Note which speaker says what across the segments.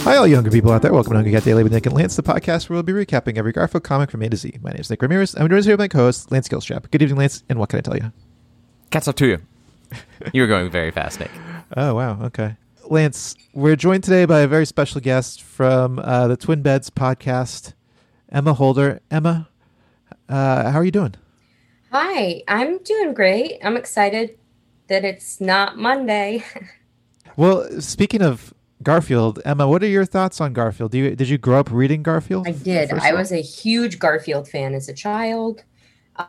Speaker 1: Hi, all you younger people out there. Welcome to Hungry Cat Daily with Nick and Lance, the podcast where we'll be recapping every Garfield comic from A to Z. My name is Nick Ramirez. I'm joined here by my co-host, Lance Gilstrap. Good evening, Lance, and what can I tell you?
Speaker 2: Cats up to you. You were going very fast, Nick.
Speaker 1: Oh, wow. Okay. Lance, we're joined today by a very special guest from uh, the Twin Beds podcast, Emma Holder. Emma, uh, how are you doing?
Speaker 3: Hi, I'm doing great. I'm excited that it's not Monday.
Speaker 1: Well, speaking of Garfield, Emma, what are your thoughts on Garfield? Do you, did you grow up reading Garfield?
Speaker 3: I did.
Speaker 1: First
Speaker 3: I
Speaker 1: of all?
Speaker 3: was a huge Garfield fan as a child.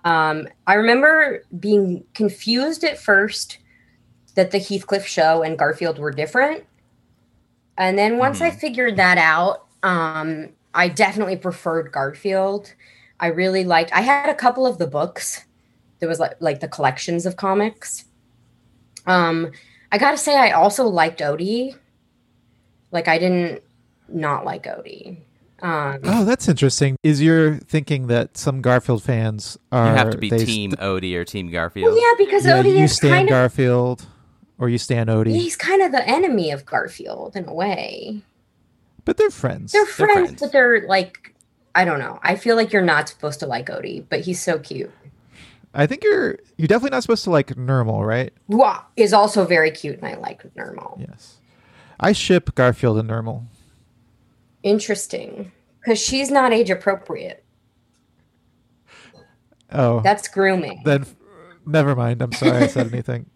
Speaker 3: Um, I remember being confused at first that the Heathcliff show and Garfield were different. And then once
Speaker 1: Mm-hmm.
Speaker 3: I figured that out, um, I definitely preferred Garfield. I really liked I had a couple of the books. There was like like the collections of comics. Um, I gotta say I also liked Odie. Like I didn't not like Odie. Um,
Speaker 1: Oh, that's interesting. Is your thinking that some Garfield fans are
Speaker 2: you have to be
Speaker 1: they
Speaker 2: Team Odie or Team Garfield.
Speaker 3: Well, yeah, because
Speaker 1: Yeah,
Speaker 3: Odie
Speaker 1: you
Speaker 3: is
Speaker 1: stand
Speaker 3: kind of
Speaker 1: Garfield, or you stand Odie,
Speaker 3: he's kind of the enemy of Garfield in a way.
Speaker 1: but they're friends.
Speaker 3: They're friends,
Speaker 2: friends.
Speaker 3: but they're like I don't know. I feel like you're not supposed to like Odie, but he's so cute.
Speaker 1: I think you're you're definitely not supposed to like Normal, right?
Speaker 3: Wah is also very cute, and I like Normal.
Speaker 1: Yes, I ship Garfield and Normal.
Speaker 3: Interesting, because she's not age appropriate.
Speaker 1: Oh,
Speaker 3: That's grooming.
Speaker 1: then never mind. I'm sorry I said anything.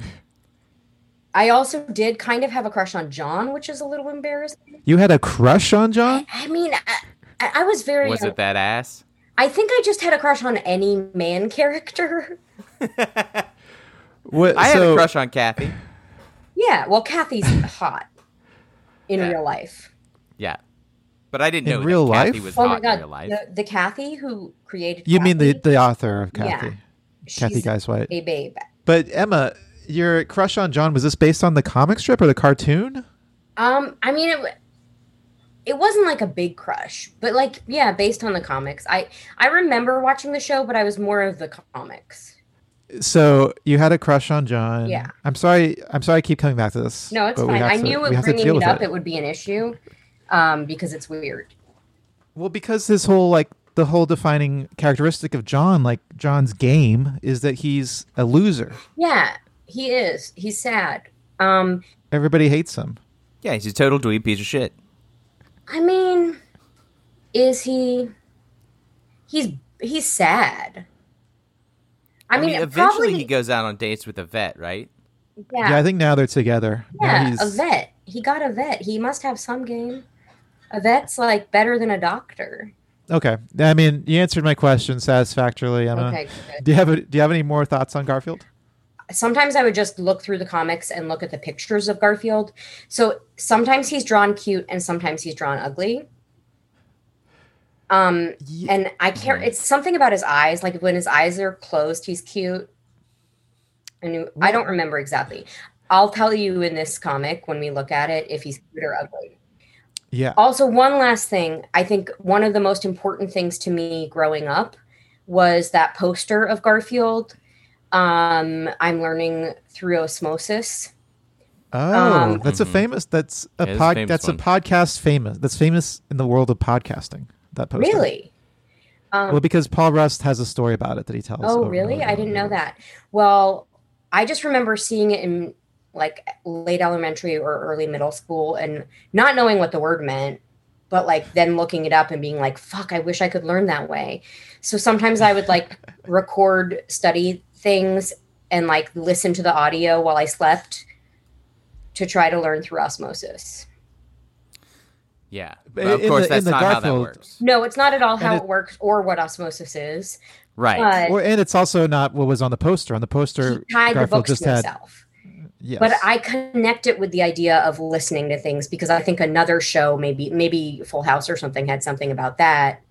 Speaker 3: I also did kind of have a crush on John, which is a little embarrassing.
Speaker 1: You had a crush on John?
Speaker 3: I mean, I, I I was very.
Speaker 2: Was it that ass?
Speaker 3: I think I just had a crush on any man character.
Speaker 1: What,
Speaker 2: I had
Speaker 1: so-
Speaker 2: a crush on Kathy.
Speaker 3: Yeah, well, Kathy's hot in
Speaker 2: Yeah.
Speaker 3: real life.
Speaker 2: Yeah. But I didn't
Speaker 1: In
Speaker 2: know that
Speaker 1: real
Speaker 2: Kathy
Speaker 1: life?
Speaker 2: was
Speaker 3: Oh
Speaker 2: hot
Speaker 3: my
Speaker 2: in
Speaker 3: god,
Speaker 2: real life.
Speaker 3: the, the Kathy who created.
Speaker 1: You mean the
Speaker 3: Kathy,
Speaker 1: the author of
Speaker 3: Yeah.
Speaker 1: Kathy, Kathy
Speaker 3: she's
Speaker 1: Guys White?
Speaker 3: a babe.
Speaker 1: But Emma, your crush on John was this based on the comic strip or the cartoon?
Speaker 3: Um, I mean, it, w- it wasn't like a big crush, but like, yeah, based on the comics, I I remember watching the show, but I was more of the comics.
Speaker 1: So you had a crush on John.
Speaker 3: Yeah.
Speaker 1: I'm sorry. I'm sorry. I keep coming back to this.
Speaker 3: No, it's
Speaker 1: but we
Speaker 3: fine.
Speaker 1: have
Speaker 3: I
Speaker 1: to-
Speaker 3: knew
Speaker 1: we
Speaker 3: it,
Speaker 1: have to
Speaker 3: bringing
Speaker 1: deal
Speaker 3: it
Speaker 1: with
Speaker 3: up, it. would be an issue, um, because it's weird.
Speaker 1: Well, because his whole like the whole defining characteristic of John, like John's game, is that he's a loser.
Speaker 3: Yeah, he is. He's sad. Um,
Speaker 1: Everybody hates him.
Speaker 2: Yeah, he's a total dweeb piece of shit.
Speaker 3: I mean, is he? He's he's sad. I,
Speaker 2: I mean,
Speaker 3: mean,
Speaker 2: eventually
Speaker 3: probably,
Speaker 2: he goes out on dates with a vet, right?
Speaker 3: Yeah,
Speaker 1: Yeah, I think now they're together. Now
Speaker 3: Yeah,
Speaker 1: he's-
Speaker 3: a vet. He got a vet. He must have some game. A vet's like better than a doctor.
Speaker 1: Okay. I mean, you answered my question satisfactorily, Emma.
Speaker 3: Okay. good.
Speaker 1: Do you have a, Do you have any more thoughts on Garfield?
Speaker 3: Sometimes I would just look through the comics and look at the pictures of Garfield. So sometimes he's drawn cute and sometimes he's drawn ugly. Um,
Speaker 1: Ye-
Speaker 3: and I can't. It's something about his eyes. Like when his eyes are closed, he's cute. I knew. I don't remember exactly. I'll tell you in this comic when we look at it if he's cute or ugly.
Speaker 1: yeah.
Speaker 3: Also, one last thing. I think one of the most important things to me growing up was that poster of Garfield. Um, I'm learning through osmosis.
Speaker 1: Oh,
Speaker 3: um,
Speaker 1: that's a
Speaker 2: Mhm.
Speaker 1: famous. That's a
Speaker 2: It is a
Speaker 1: pod.
Speaker 2: famous
Speaker 1: that's
Speaker 2: one.
Speaker 1: a podcast famous. That's famous in the world of podcasting. That poster.
Speaker 3: Really? Um,
Speaker 1: Well, because Paul Rust has a story about it that he tells. over
Speaker 3: oh,
Speaker 1: and over
Speaker 3: really?
Speaker 1: and
Speaker 3: I didn't
Speaker 1: over
Speaker 3: know
Speaker 1: and over.
Speaker 3: that. Well, I just remember seeing it in like late elementary or early middle school and not knowing what the word meant, but like then looking it up and being like, fuck, I wish I could learn that way. So sometimes I would like record study things and like listen to the audio while I slept to try to learn through osmosis.
Speaker 2: Yeah.
Speaker 1: But
Speaker 2: But of
Speaker 1: in the-
Speaker 2: course,
Speaker 1: in
Speaker 2: that's
Speaker 1: the
Speaker 2: not how that
Speaker 1: Garfield-
Speaker 2: works.
Speaker 3: No, it's not at all how
Speaker 1: And
Speaker 3: it, works or what osmosis is,
Speaker 2: Right.
Speaker 3: but
Speaker 1: Well, and it's also not what was on the poster. On the
Speaker 3: he
Speaker 1: poster,
Speaker 3: tied the
Speaker 1: Garfield
Speaker 3: books
Speaker 1: just
Speaker 3: to
Speaker 1: had.
Speaker 3: himself.
Speaker 1: Yes.
Speaker 3: but I connect it with the idea of listening to things because I think another show, maybe maybe Full House or something, had something about that.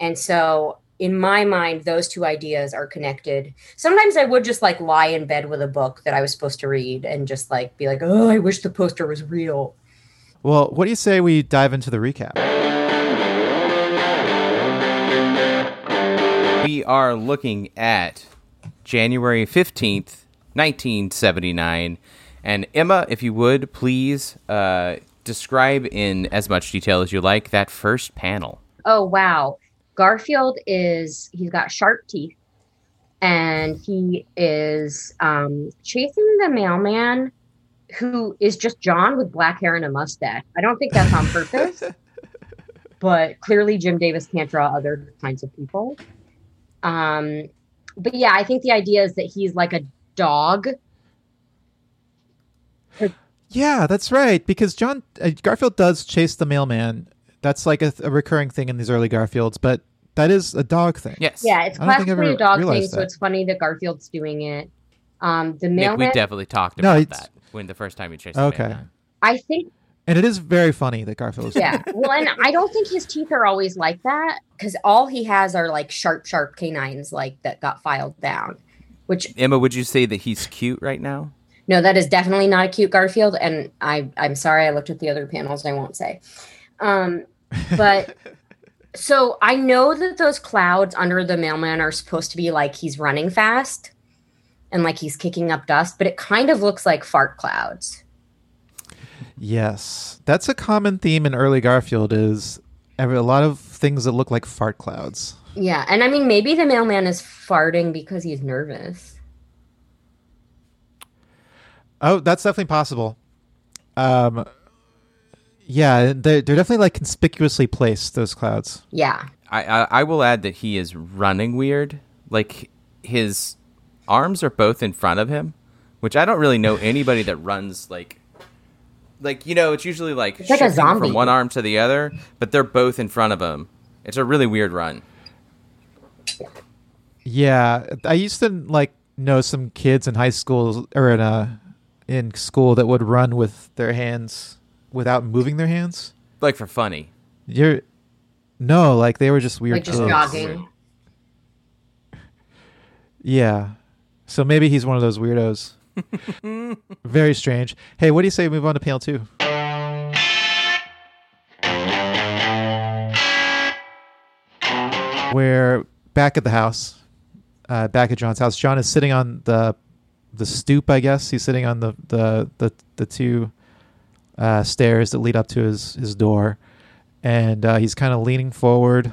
Speaker 3: And so, in my mind, those two ideas are connected. Sometimes I would just like lie in bed with a book that I was supposed to read and just like be like, "Oh, I wish the poster was real."
Speaker 1: Well, what do you say we dive into the recap?
Speaker 2: We are looking at January 15th, 1979. And Emma, if you would, please uh, describe in as much detail as you like that first panel.
Speaker 3: Oh wow. Garfield is he's got sharp teeth and he is um chasing the mailman who is just John with black hair and a mustache. I don't think that's on purpose, but clearly Jim Davis can't draw other kinds of people. Um but yeah, I think the idea is that he's like a dog
Speaker 1: Yeah, that's right. Because John uh, Garfield does chase the mailman. That's like a, th- a recurring thing in these early Garfields, but that is a dog thing.
Speaker 2: Yes.
Speaker 3: Yeah,
Speaker 1: I don't
Speaker 3: it's
Speaker 1: think I
Speaker 3: classically
Speaker 1: ever
Speaker 3: a dog
Speaker 1: realized
Speaker 3: thing, so
Speaker 1: that.
Speaker 3: it's funny that Garfield's doing it. Um, the
Speaker 2: Nick, we
Speaker 3: mailman,
Speaker 2: definitely talked
Speaker 1: No,
Speaker 2: about
Speaker 1: it's-
Speaker 2: that when the first time you chased
Speaker 1: Okay.
Speaker 2: the mailman.
Speaker 3: I think,
Speaker 1: And it is very funny that Garfield is.
Speaker 3: yeah. well, and I don't think his teeth are always like that because all he has are like sharp, sharp canines, like that got filed down. Which
Speaker 2: Emma, would you say that he's cute right now?
Speaker 3: no, that is definitely not a cute Garfield, and I, I'm sorry, I looked at the other panels, I won't say. Um, but so I know that those clouds under the mailman are supposed to be like he's running fast and like he's kicking up dust, but it kind of looks like fart clouds.
Speaker 1: Yes, that's a common theme in early Garfield. Is every, a lot of things that look like fart clouds.
Speaker 3: Yeah, and I mean maybe the mailman is farting because he's nervous.
Speaker 1: Oh, that's definitely possible. Um, yeah, they're, they're definitely like conspicuously placed. Those clouds.
Speaker 3: Yeah.
Speaker 2: I, I I will add that he is running weird. Like his arms are both in front of him, which I don't really know anybody that runs like like you know it's usually like
Speaker 3: like a
Speaker 2: shifting
Speaker 3: zombie.
Speaker 2: from one arm to the other, but they're both in front of him. It's a really weird run.
Speaker 1: Yeah, I used to like know some kids in high school or in uh in school that would run with their hands without moving their hands.
Speaker 2: Like for funny.
Speaker 1: You're no, like they were just weird.
Speaker 3: Like just
Speaker 1: kids.
Speaker 3: jogging.
Speaker 1: Yeah. So maybe he's one of those weirdos. Very strange. Hey, what do you say we move on to panel two? We're back at the house, uh, back at John's house. John is sitting on the the stoop, I guess. He's sitting on the the the, the two uh, stairs that lead up to his his door, and uh, he's kind of leaning forward,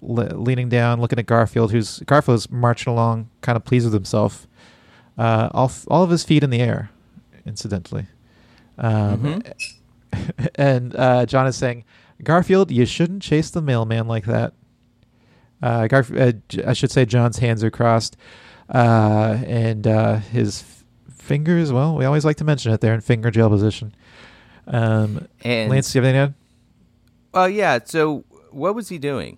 Speaker 1: le- leaning down, looking at Garfield, who's Garfield's marching along, kind of pleased with himself, uh, all f- all of his feet in the air, incidentally. Um, and uh, John is saying, Garfield, you shouldn't chase the mailman like that. Uh, Garf- uh, J- I should say John's hands are crossed, uh, and uh, his f- fingers. Well, we always like to mention it. They're in finger jail position. Um,
Speaker 2: And
Speaker 1: Lance, do you have anything to add?
Speaker 2: well, yeah. So what was he doing?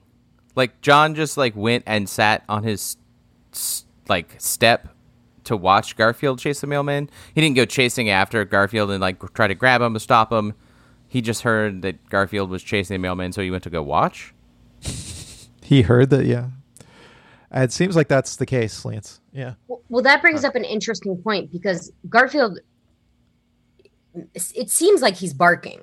Speaker 2: Like John just like went and sat on his s- like step to watch Garfield chase the mailman. He didn't go chasing after Garfield and like try to grab him to stop him. He just heard that Garfield was chasing the mailman, so he went to go watch.
Speaker 1: He heard that. Yeah, it seems like that's the case, Lance. Yeah.
Speaker 3: Well, well, that brings up an interesting point because Garfield it seems like he's barking.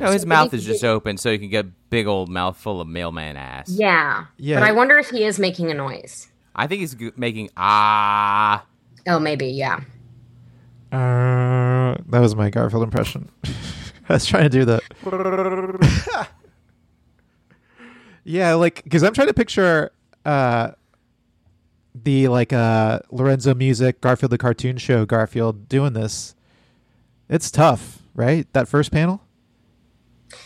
Speaker 2: No, his
Speaker 3: So
Speaker 2: mouth
Speaker 3: he-
Speaker 2: is just open, so he can get a big old mouthful of mailman ass.
Speaker 3: Yeah.
Speaker 1: Yeah.
Speaker 3: But I wonder if he is making a noise.
Speaker 2: I think he's g- making ah.
Speaker 3: Oh, maybe, yeah.
Speaker 1: Uh, that was my Garfield impression. I was trying to do that. yeah, like because I'm trying to picture uh, the like uh, Lorenzo music Garfield the cartoon show Garfield doing this. It's tough, right? That first panel.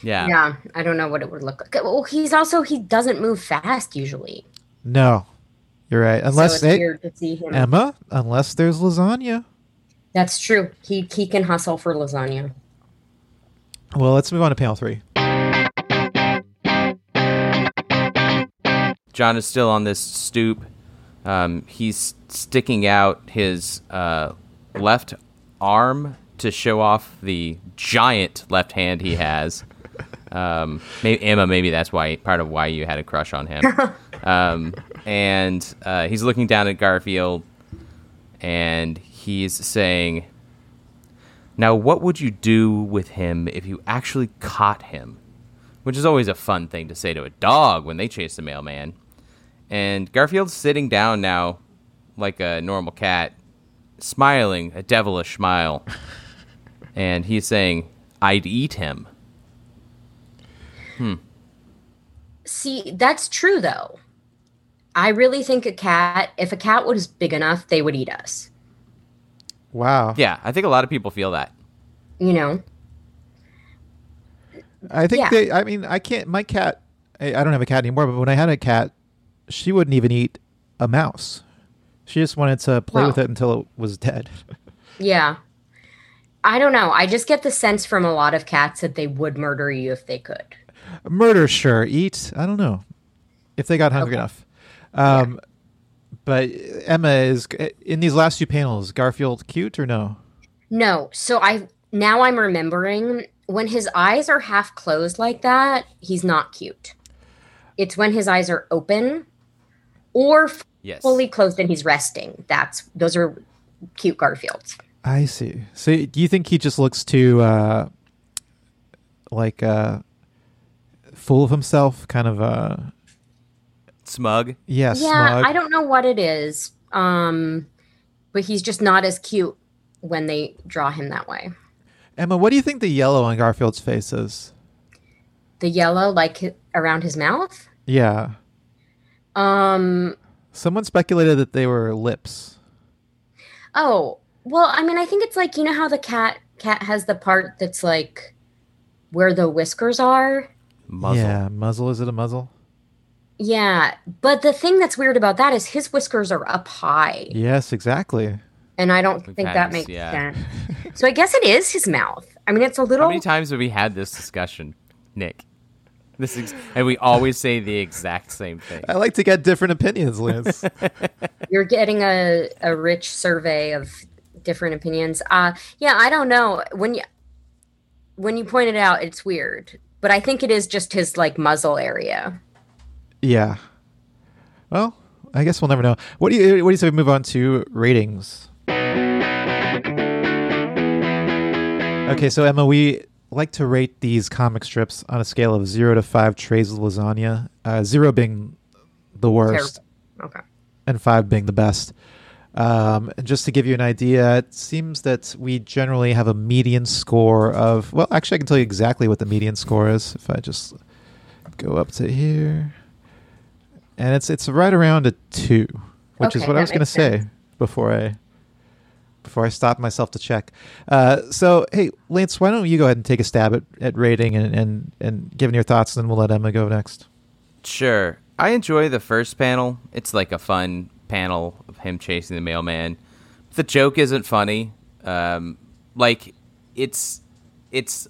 Speaker 2: Yeah.
Speaker 3: Yeah, I don't know what it would look like. Well, he's also he doesn't move fast usually.
Speaker 1: No, you're right. Unless
Speaker 3: so it's
Speaker 1: it-
Speaker 3: weird to see him.
Speaker 1: Emma, unless there's lasagna.
Speaker 3: That's true. He he can hustle for lasagna.
Speaker 1: Well, let's move on to panel three.
Speaker 2: John is still on this stoop. Um, he's sticking out his uh, left arm to show off the giant left hand he has. Um, may Emma, maybe that's why part of why you had a crush on him. Um, and uh, he's looking down at Garfield, and he's saying, "Now, what would you do with him if you actually caught him?" Which is always a fun thing to say to a dog when they chase the mailman. And Garfield's sitting down now, like a normal cat, smiling a devilish smile. and he's saying, I'd eat him.
Speaker 3: See, that's true though. I really think a cat, if a cat was big enough, they would eat us.
Speaker 1: Wow.
Speaker 2: Yeah, I think a lot of people feel that.
Speaker 3: You know?
Speaker 1: I think
Speaker 3: Yeah.
Speaker 1: they. I mean, I can't. My cat. I, I don't have a cat anymore. But when I had a cat, she wouldn't even eat a mouse. She just wanted to play with
Speaker 3: Wow.
Speaker 1: it until it was dead.
Speaker 3: Yeah. I don't know. I just get the sense from a lot of cats that they would murder you if they could.
Speaker 1: Murder, sure. Eat. I don't know if they got hungry
Speaker 3: Okay.
Speaker 1: enough. Um, But Emma is in these last few panels. Garfield, cute or no?
Speaker 3: No. So I now I'm remembering when his eyes are half closed like that, he's not cute. It's when his eyes are open or
Speaker 2: Yes.
Speaker 3: fully closed and he's resting. That's those are cute Garfields.
Speaker 1: I see. So, do you think he just looks too, uh, like, uh, full of himself? Kind of, uh,
Speaker 2: Smug.
Speaker 1: yeah,
Speaker 3: yeah,
Speaker 1: smug.
Speaker 3: I don't know what it is. Um but he's just not as cute when they draw him that way.
Speaker 1: Emma, what do you think the yellow on Garfield's face is?
Speaker 3: The yellow like h- around his mouth?
Speaker 1: Yeah,
Speaker 3: Um
Speaker 1: someone speculated that they were lips.
Speaker 3: Oh, well, I mean, I think it's like you know how the cat cat has the part that's like where the whiskers are.
Speaker 2: Muzzle.
Speaker 1: Yeah, muzzle. Is it a muzzle?
Speaker 3: Yeah, but the thing that's weird about that is his whiskers are up high,
Speaker 1: Yes, exactly.
Speaker 3: and I don't think that
Speaker 2: Depends,
Speaker 3: makes
Speaker 2: yeah.
Speaker 3: sense. So I guess it is his mouth. I mean, it's a
Speaker 2: How
Speaker 3: little.
Speaker 2: many times have we had this discussion, Nick? This ex- and we always say the exact same thing.
Speaker 1: I like to get different opinions, Liz.
Speaker 3: You're getting a a rich survey of different opinions. Uh yeah, I don't know when you when you pointed out, it's weird, but I think it is just his like muzzle area.
Speaker 1: yeah. Well, I guess we'll never know. What do you? What do you say? We move on to ratings. Okay, so Emma, we like to rate these comic strips on a scale of zero to five trays of lasagna. Uh, zero being the worst.
Speaker 3: Okay.
Speaker 1: and five being the best. Um, and just to give you an idea, it seems that we generally have a median score of. Well, actually, I can tell you exactly what the median score is if I just go up to here, and it's it's right around a two, which is
Speaker 3: Okay,
Speaker 1: what I
Speaker 3: that
Speaker 1: was going to
Speaker 3: makes
Speaker 1: say before I before I stopped myself to check. Uh, so hey, Lance, why don't you go ahead and take a stab at, at rating and, and and giving your thoughts, and then we'll let Emma go next.
Speaker 2: Sure. I enjoy the first panel. It's like a fun panel of him chasing the mailman. The joke isn't funny. Um, like it's it's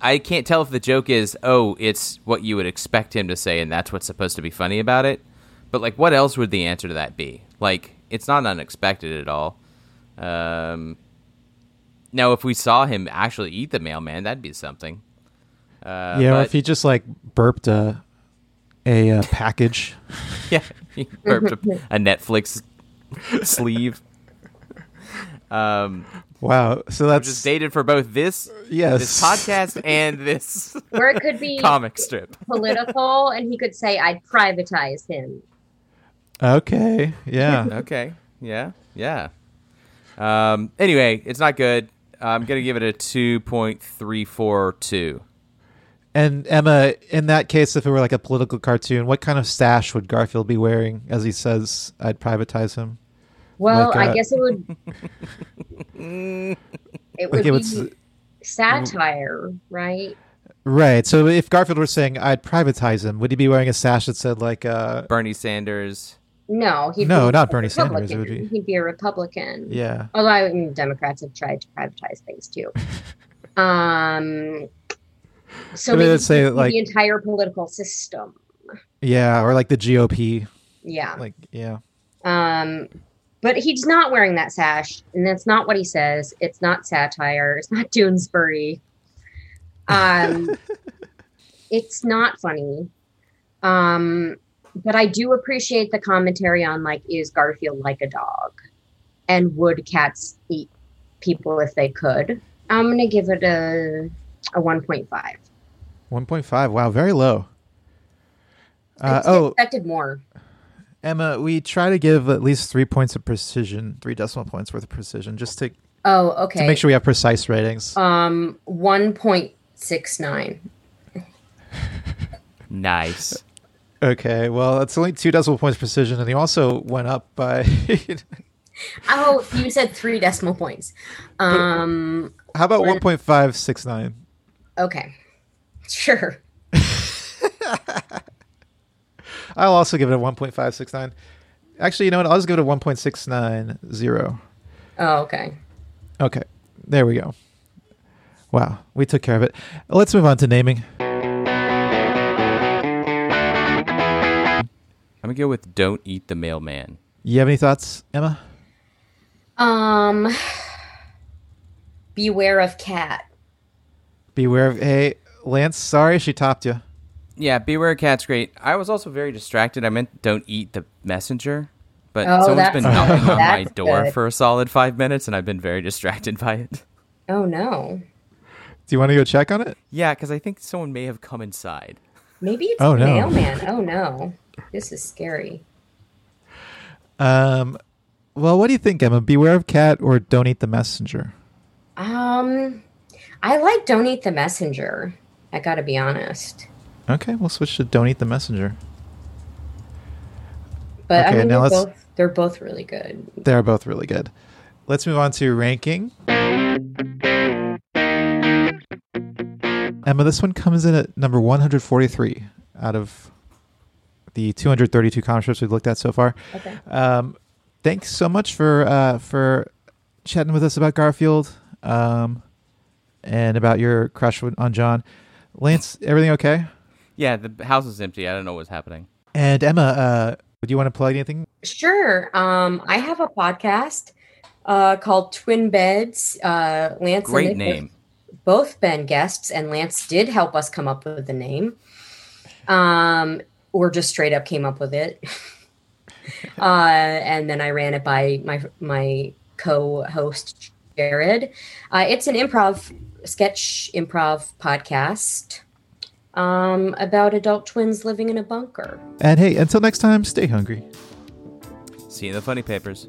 Speaker 2: I can't tell if the joke is, "Oh, it's what you would expect him to say and that's what's supposed to be funny about it." But like what else would the answer to that be? Like it's not unexpected at all. Um now, if we saw him actually eat the mailman, that'd be something. Uh,
Speaker 1: yeah, or
Speaker 2: but-
Speaker 1: if you just like burped a a uh, package.
Speaker 2: yeah, he burped a, a Netflix sleeve. Um,
Speaker 1: Wow. So
Speaker 2: which
Speaker 1: that's
Speaker 2: is dated for both this
Speaker 1: Yes.
Speaker 2: this podcast and this
Speaker 3: Or it could be
Speaker 2: comic strip.
Speaker 3: political and he could say i'd privatize him
Speaker 1: okay. Yeah.
Speaker 2: Okay, yeah, yeah. Um, anyway, it's not good. I'm gonna give it a two point three four two.
Speaker 1: and Emma, in that case, if it were like a political cartoon, what kind of stash would Garfield be wearing as he says, "I'd privatize him"?
Speaker 3: well
Speaker 1: Like, uh,
Speaker 3: i guess it would it would
Speaker 1: Like it uh,
Speaker 3: be
Speaker 1: would. s-
Speaker 3: satire right
Speaker 1: Right. So if Garfield were saying, "I'd privatize him," would he be wearing a sash that said like, uh,
Speaker 2: Bernie Sanders.
Speaker 3: no he'd
Speaker 1: No,
Speaker 3: be
Speaker 1: not
Speaker 3: a
Speaker 1: Bernie Sanders, it would
Speaker 3: Republican.
Speaker 1: be-
Speaker 3: he'd be a republican
Speaker 1: "Yeah,
Speaker 3: although I mean, democrats have tried to privatize things too um so
Speaker 1: But
Speaker 3: maybe
Speaker 1: let's say,
Speaker 3: he'd be
Speaker 1: like-
Speaker 3: the entire political system
Speaker 1: yeah," or like the GOP,
Speaker 3: yeah
Speaker 1: like, yeah.
Speaker 3: Um, but he's not wearing that sash, and that's not what he says. It's not satire. It's not Doonesbury. Um, it's not funny. Um, but I do appreciate the commentary on like, is Garfield like a dog, and would cats eat people if they could? I'm gonna give it a a 1.5.
Speaker 1: One point five. Wow, very low.
Speaker 3: I
Speaker 1: Uh,
Speaker 3: just
Speaker 1: oh,
Speaker 3: expected more.
Speaker 1: Emma, we try to give at least three points of precision, three decimal points worth of precision, just to
Speaker 3: Oh, okay.
Speaker 1: to make sure we have precise ratings.
Speaker 3: Um, one point six nine.
Speaker 2: Nice.
Speaker 1: okay, well, it's only two decimal points precision, and he also went up by.
Speaker 3: Oh, you said three decimal points. Um,
Speaker 1: How about one point five six nine?
Speaker 3: okay, sure.
Speaker 1: I'll also give it a one point five six nine. Actually, you know what? I'll just give it a one point six nine zero.
Speaker 3: Oh, okay.
Speaker 1: Okay, there we go. Wow, we took care of it. Let's move on to naming.
Speaker 2: I'm gonna go with "Don't Eat the Mailman."
Speaker 1: You have any thoughts, Emma?
Speaker 3: Um, beware of cat.
Speaker 1: Beware of hey Lance. Sorry, she topped you.
Speaker 2: Yeah, Beware Cat's great. I was also very distracted. I meant "Don't eat the messenger," but
Speaker 3: Oh,
Speaker 2: someone's
Speaker 3: that's
Speaker 2: been
Speaker 3: good.
Speaker 2: knocking on my
Speaker 3: That's
Speaker 2: door
Speaker 3: good.
Speaker 2: for a solid five minutes, and I've been very distracted by it.
Speaker 3: Oh no,
Speaker 1: Do you want to go check on it?
Speaker 2: Yeah, because I think someone may have come inside.
Speaker 3: maybe it's
Speaker 1: Oh,
Speaker 3: the
Speaker 1: no.
Speaker 3: mailman. Oh no, this is scary.
Speaker 1: Um, well, what do you think, Emma? Beware of cat or don't eat the messenger.
Speaker 3: Um, I like don't eat the messenger. I gotta be honest,
Speaker 1: Okay, we'll switch to don't eat the messenger.
Speaker 3: but
Speaker 1: Okay,
Speaker 3: I mean
Speaker 1: now
Speaker 3: they're
Speaker 1: let's-
Speaker 3: both they're both really good.
Speaker 1: They're both really good. Let's move on to ranking. Emma, this one comes in at number 143 out of the 232 comic strips we've looked at so far.
Speaker 3: Okay.
Speaker 1: Um, thanks so much for uh, for chatting with us about Garfield um, and about your crush with- on John. Lance, everything okay?
Speaker 2: Yeah, the house is empty. I don't know what's happening.
Speaker 1: And Emma, uh, do you want to plug anything?
Speaker 3: Sure. Um, I have a podcast uh, called Twin Beds. Uh, Lance and
Speaker 2: Great
Speaker 3: Nick have
Speaker 2: name.
Speaker 3: both been guests, and Lance did help us come up with the name, um, or just straight up came up with it. uh, and then I ran it by my my co-host Jared. Uh, it's an improv sketch improv podcast um, about adult twins living in a bunker.
Speaker 1: And hey, until next time, stay hungry.
Speaker 2: See you in the funny papers.